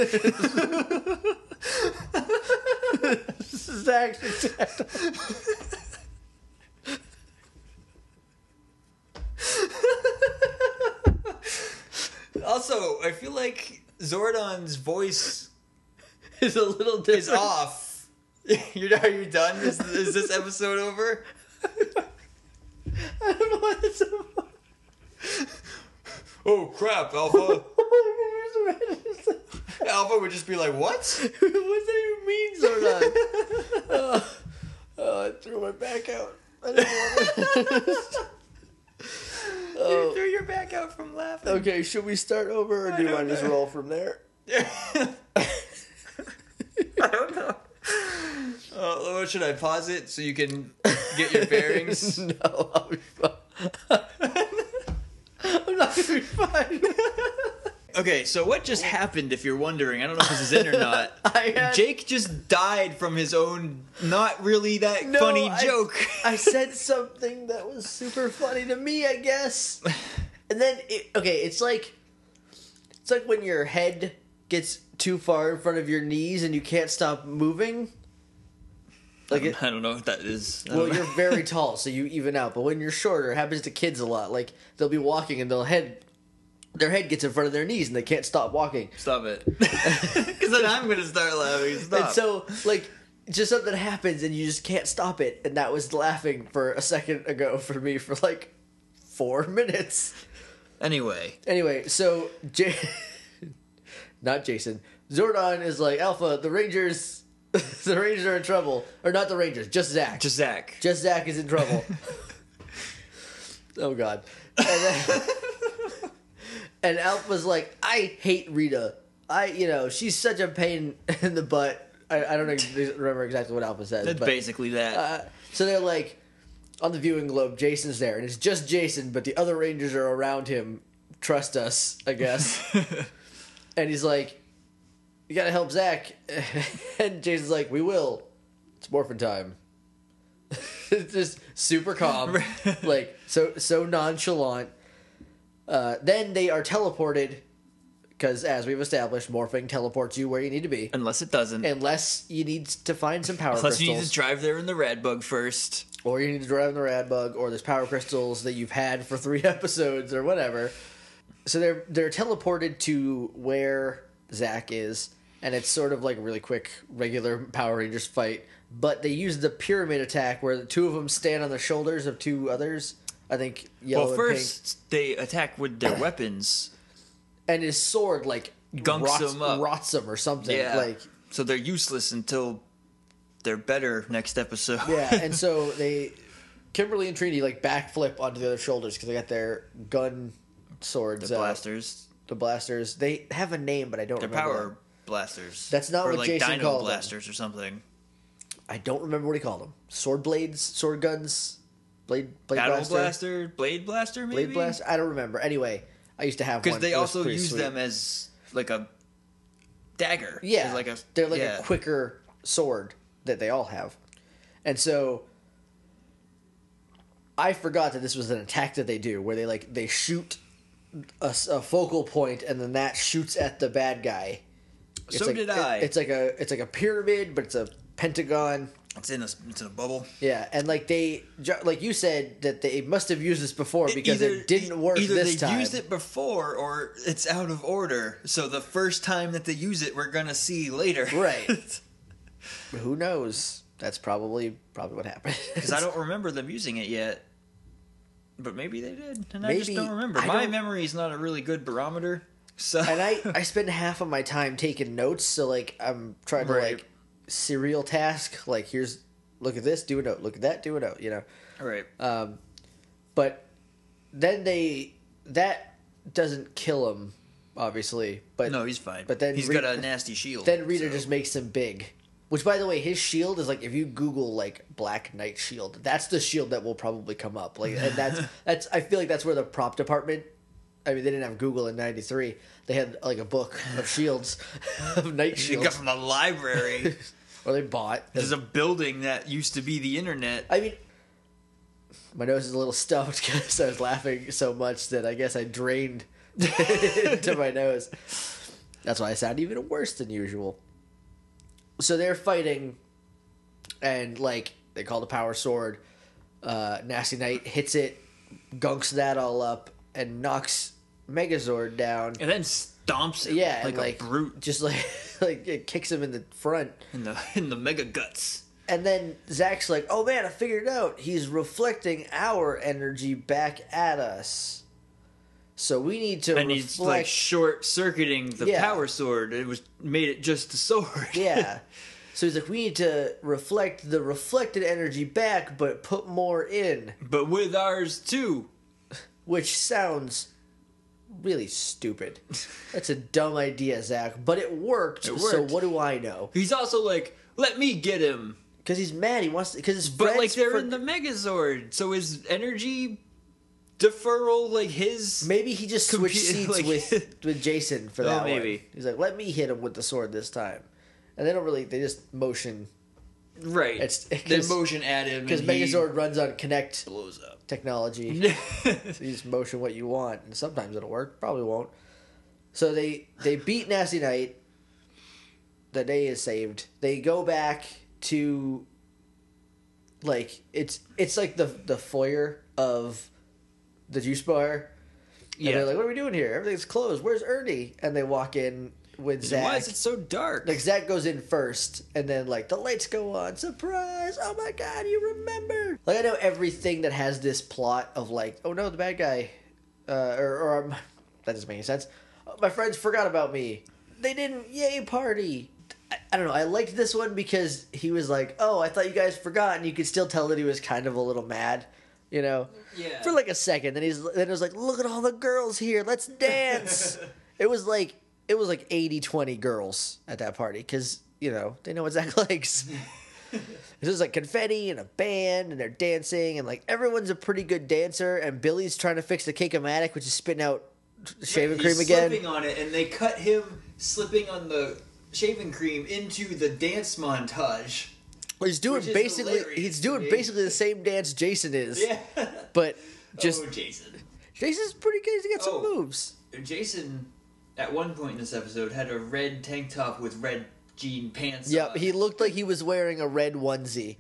this is actually. also, I feel like Zordon's voice It's a little different. is off. You're, are you done? Is, is this episode over? I don't know why that's so funny. Oh crap, Alpha. Oh What Alpha would just be like, "What?" does that even mean, Zordon? oh, oh, I threw my back out. I didn't want to. Oh. You threw your back out from laughing. Okay, should we start over or do you don't want to just know. roll from there? I don't know. Uh, what should I pause it so you can get your bearings? no, I'll be fine. I'm not gonna be fine. okay, so what just happened? If you're wondering, I don't know if this is in or not. I had, Jake just died from his own not really that No, funny I- joke. I said something that was super funny to me, I guess. And then, it, okay, it's like it's like when your head gets too far in front of your knees and you can't stop moving. Like it, I don't know what that is. I Well, don't know. you're very tall, so you even out. But when you're shorter, it happens to kids a lot. Like they'll be walking and their head, their head gets in front of their knees and they can't stop walking. Stop it. Because then I'm going to start laughing. Stop. And so, like, just something happens and you just can't stop it. And that was laughing for a second ago for me for like four minutes. anyway, Anyway, so J- not Jason. Zordon is like Alpha. The Rangers, the Rangers are in trouble, or not the Rangers, just Zach. just Zach. Just Zach is in trouble. oh God. And, then, and Alpha's like, I hate Rita. I, you know, she's such a pain in the butt. I, I don't ex- remember exactly what Alpha says. That's but, basically that. uh, so they're like, on the viewing globe, Jason's there, and it's just Jason, but the other Rangers are around him trust us, I guess. Uh, and he's like, "You gotta help Zach." and Jason's like, "We will." It's morphin time. it's just super calm, like so so nonchalant. Uh, then they are teleported because, as we've established, morphing teleports you where you need to be, Unless it doesn't. unless you need to find some power Unless crystals, you need to drive there in the rad bug first. or you need to drive in the rad bug, or there's power crystals that you've had for three episodes, or whatever. So they're they're teleported to where Zack is, and it's sort of like a really quick regular Power Rangers fight. But they use the pyramid attack where the two of them stand on the shoulders of two others. I think yellow Well, and pink, first they attack with their weapons. and his sword like Gunks rots, them up. rots them or something. Yeah. Like so they're useless until they're better next episode. Yeah, and so they, Kimberly and Trini like backflip onto the other shoulders because they got their gun swords, uh, out, blasters. the blasters. They have a name, but I don't They're remember. power them. blasters. That's not or what like Jason dino called them. blasters or something. I don't remember what he called them. Sword blades, sword guns, blade, blade Battle blaster, blaster? blade blaster, maybe. blade blaster. I don't remember. Anyway, I used to have Because one. they It was also pretty use sweet. them as like a dagger. Yeah, As like a they're like yeah. a quicker sword that they all have, and so I forgot that this was an attack that they do where they like they shoot a, s- a focal point and then that shoots at the bad guy. It's So like- did it- I. it's like a it's like a pyramid, but it's a pentagon. It's in a it's in a bubble. Yeah, and like they ju- like you said that they must have used this before because E-, Either- it didn't work Either this they time. used it before, or it's out of order. So the first time that they use it, we're gonna see later. Right. Who knows? That's probably probably what happened. Because I don't remember them using it yet. But maybe they did, and I just Maybe. don't remember. I My don't- memory is not a really good barometer. So and I I spend half of my time taking notes, so like I'm trying to Right. like serial task. Like here's look at this, do a note. Look at that, do a note. You know, All right. but then they that doesn't kill him, obviously. But no, he's fine. but then he's Re- got a nasty shield. then Rita so- just makes him big. Which, by the way, his shield is like if you Google like Black Knight shield, that's the shield that will probably come up. Like, and that's that's I feel like that's where the prop department. I mean, they didn't have Google in '93. They had like a book of shields, of knight She got shields, from the library. or they bought. There's a building that used to be the internet. I mean, my nose is a little stuffed because I was laughing so much that I guess I drained to my nose. That's why I sound even worse than usual. So they're fighting, and like they call the power sword. Uh, Nasty Knight hits it, gunks that all up, and knocks Megazord down. And then stomps it Yeah, like and a like brute just like like it kicks him in the front. in the in the mega guts. And then Zach's like, oh man, I figured it out. He's reflecting our energy back at us. So we need to And he's like reflect. short circuiting the Yeah. power sword. It was made it just a sword. yeah. So he's like, we need to reflect the reflected energy back, but put more in, but with ours too. which sounds really stupid. That's a dumb idea, Zach, but it worked. It So worked. what do I know? He's also like, let me get him. Because he's mad. He wants to. Because his But friends. like they're for- in the Megazord, so is energy deferral like his? Maybe he just switched Compu- seats like- with with Jason for Oh, that one. maybe. He's like, let me hit him with the sword this time, and they don't really. They just motion right. It's- they 'cause- motion at him because and he Megazord runs on Connect blows up. technology. so you just motion what you want, and sometimes it'll work. Probably won't. So they they beat Nasty Knight. The day is saved. They go back to like it's it's like the the foyer of the juice bar. And Yeah. they're like, "What are we doing here? Everything's closed. Where's Ernie?" And they walk in with Zach. Why is it so dark? Like Zach goes in first, and then like the lights go on. Surprise! Oh my god, you remember? Like I know everything that has this plot of like, oh no, the bad guy, uh, or or um, that doesn't make any sense. Oh, my friends forgot about me. They didn't. Yay party! I, I don't know. I liked this one because he was like, oh, I thought you guys forgot, and you could still tell that he was kind of a little mad. You know, Yeah. for like a second, then he's then it was like, look at all the girls here, let's dance. it was like it was like 80 20 girls at that party because you know they know what Zach likes. This is like confetti and a band, and they're dancing, and like everyone's a pretty good dancer. And Billy's trying to fix the cake-o-matic, which is spitting out shaving He's cream again. Slipping on it, and they cut him slipping on the shaving cream into the dance montage. He's doing Which is basically hilarious he's to doing me. basically the same dance Jason is, Yeah. but just oh, Jason. Jason's pretty good. He's got some Oh. moves. Jason, at one point in this episode, had a red tank top with red jean pants. Yep, on. he looked like he was wearing a red onesie.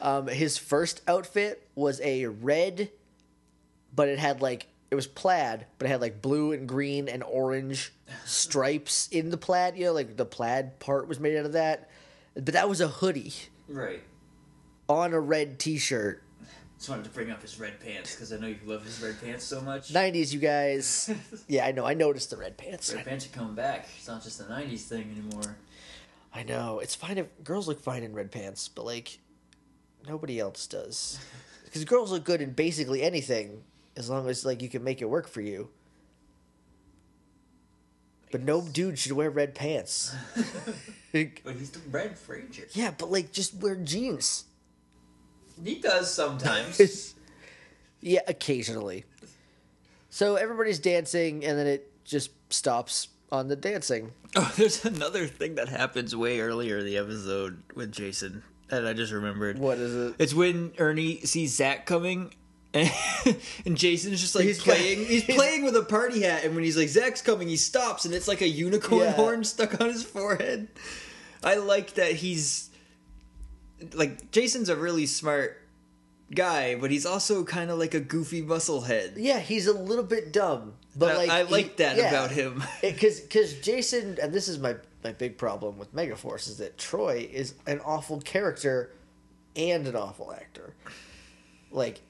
Um, his first outfit was a red, but it had like it was plaid, but it had like blue and green and orange stripes in the plaid. You know, like the plaid part was made out of that, but that was a hoodie right. on a red T-shirt. Just wanted to bring up his red pants because I know you love his red pants so much. Nineties, you guys. Yeah, I know. I noticed the red pants. Red pants are coming back. It's not just a '90s thing anymore. I know. It's fine if girls look fine in red pants, but like nobody else does. Because girls look good in basically anything as long as like you can make it work for you. But no dude should wear red pants. Like, But he's the red Frazier. yeah, but like just wear jeans. He does sometimes. yeah, occasionally. So everybody's dancing and then it just stops on the dancing. Oh, there's another thing that happens way earlier in the episode with Jason that I just remembered. What is it? It's when Ernie sees Zach coming. And, and Jason's just like He's got- playing. he's playing with a party hat, and when he's like Zach's coming, he stops, and it's like a unicorn Yeah. horn stuck on his forehead. I like that he's like Jason's a really smart guy, but he's also kind of like a goofy musclehead. Yeah, he's a little bit dumb, but I- like I he- like that about him. Because because Jason, and this is my my big problem with Megaforce is that Troy is an awful character and an awful actor. Like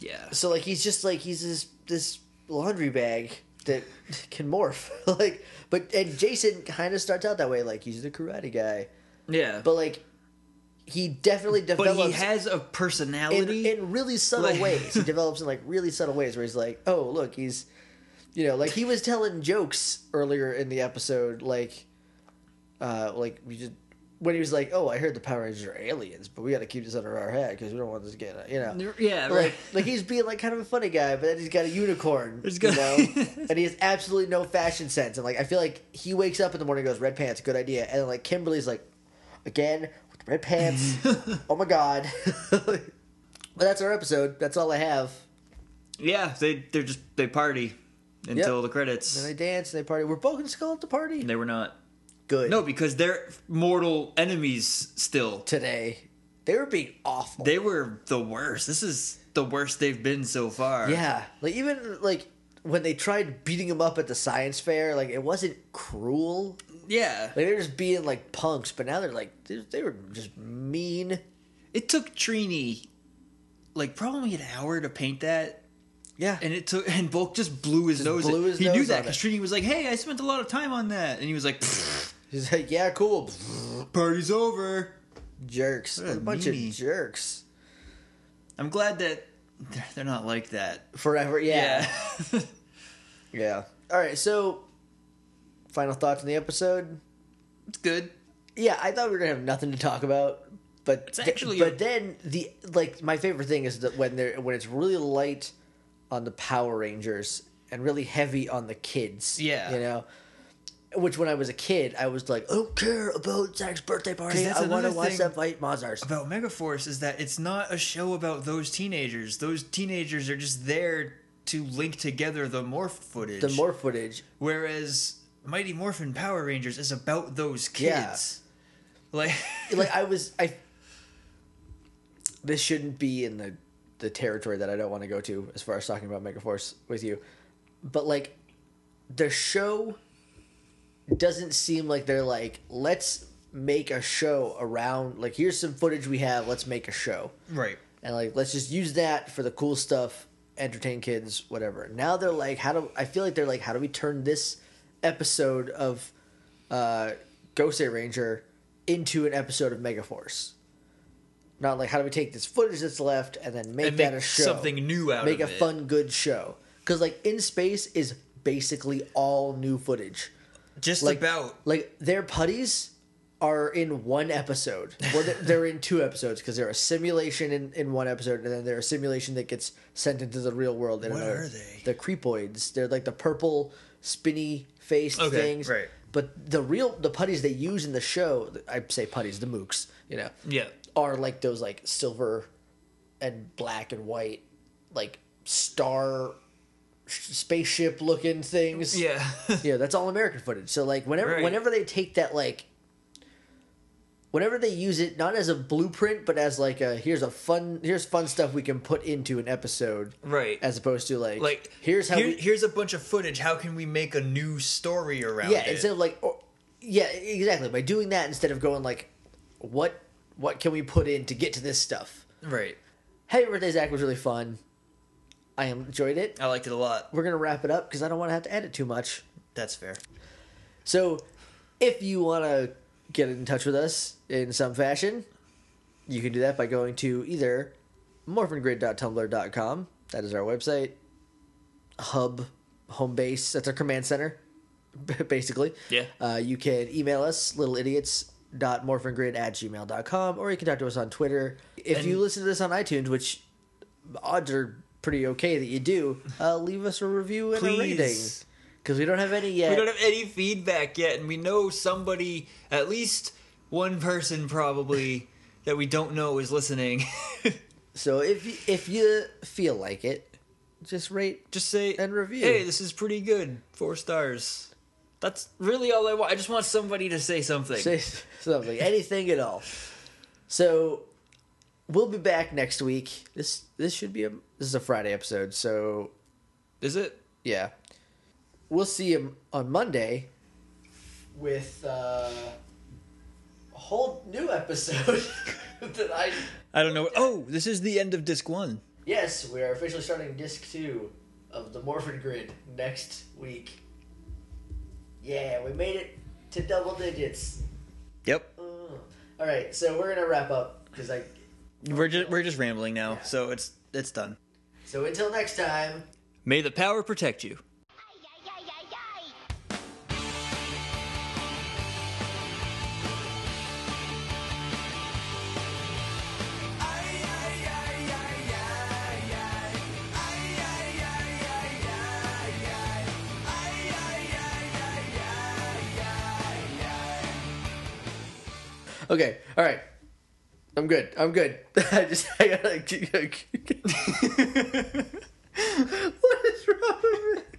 Yeah, so, like he's just like he's this this laundry bag that can morph. like, but and Jason kind of starts out that way. Like he's the karate guy, yeah, but like he definitely but develops he has a in, personality. in really subtle Like- ways. He develops in like really subtle ways where he's like, oh, look, he's, you know, like he was telling jokes earlier in the episode, like, uh, like we just when he was like, oh, I heard the Power Rangers are aliens, but we got to keep this under our hat because we don't want this to get, uh, you know. yeah, Like, right. like he's being like kind of a funny guy, but then he's got a unicorn, He's you got- know, and he has absolutely no fashion sense. And like, I feel like he wakes up in the morning, and goes red pants, good idea, and then, like Kimberly's like, again with red pants, oh my god. but that's our episode. That's all I have. Yeah, they they're just they party until the credits. And And they dance and they party. We're Bulk and Skull at the party. they were not. Good. No, because they're mortal enemies still. Today. They were being awful. They were the worst. This is the worst they've been so far. yeah. Like even like when they tried beating him up at the science fair, like it wasn't cruel. Yeah. Like they were just being like punks, but now they're like they, they were just mean. It took Trini like probably an hour to paint that. Yeah. And it took and Bulk just blew his nose. blew his he knew nose that on because it. Trini was like, Hey, I spent a lot of time on that and he was like "Pfft, He's like, yeah, cool. party's over. Jerks. a a bunch meanie. of jerks. I'm glad that they're, they're not like that. Forever. Yeah. Yeah. All right. So, final thoughts on the episode. it's good. Yeah, I thought we were gonna have nothing to talk about, but It's actually but a- then the like my favorite thing is that when they're when it's really light on the Power Rangers and really heavy on the kids. Yeah. You know. Which, when I was a kid, I was like, I don't care about Zach's birthday party. that's I want another to watch thing- them fight Mazars. about Megaforce is that it's not a show about those teenagers. Those teenagers are just there to link together the morph footage. The more footage. whereas Mighty Morphin Power Rangers is about those Yeah. kids. Like like I was I this shouldn't be in the the territory that I don't want to go to as far as talking about Megaforce with you. But like the show doesn't seem like they're like let's make a show around like here's some footage we have, let's make a show. right. And like let's just use that for the cool stuff, entertain kids, whatever. Now they're like how do I feel like they're like how do we turn this episode of uh, Gosei Ranger into an episode of Megaforce. Not like how do we take this footage that's left and then make And that make a show, something new out make of a it. fun, good show. Because like in space is basically all new footage. Just Like about like their putties are in one episode. Well, they're, they're in two episodes because they're a simulation in, in one episode, and then they're a simulation that gets sent into the real world. In What another. are they? The creepoids. They're like the purple, spinny faced Okay, things. right. But the real the putties they use in the show, I say putties, the mooks, you know, Yeah. are like those like silver and black and white, like star spaceship looking things Yeah. yeah, that's all American footage. So like whenever Right. whenever they take that like whenever they use it not as a blueprint but as like a here's a fun here's fun stuff we can put into an episode right. as opposed to like like here's how here- we, here's a bunch of footage. How can we make a new story around yeah it? instead of like or, yeah exactly by doing that instead of going like what what can we put in to get to this stuff right. Happy Birthday Zach was really fun I enjoyed it I liked it a lot. we're gonna wrap it up because I don't want to have to edit too much That's fair. So, if you want to get in touch with us in some fashion, you can do that by going to either morphingrid.tumblr.com, that is our website, hub, home base, that's our command center, basically. Yeah. Uh, you can email us, littleidiots.morphingrid at gmail.com, or you can talk to us on Twitter. If you And- listen to this on iTunes, which odds are pretty okay that you do, uh, leave us a review and a Please. rating. Because we don't have any yet. We don't have any feedback yet, and we know somebody, at least one person probably, that we don't know is listening. So if y- if you feel like it, just rate. Just say And review. Hey, this is pretty good. Four stars. That's really all I want. I just want somebody to say something. Say something, anything at all. So we'll be back next week. This this should be a this is a Friday episode. So is it? yeah, we'll see him on Monday with uh, a whole new episode that I. I don't know. Oh, this is the end of disc one. Yes, we are officially starting disc two of the Morphin Grid next week. Yeah, we made it to double digits. Yep. Ugh. All right, so we're gonna wrap up because I. We're just we're just rambling now, so it's it's done. So until next time. May the power protect you. Ay, ay, ay, ay, ay. Okay. All right. I'm good. I'm good. I just I gotta. what is wrong with me?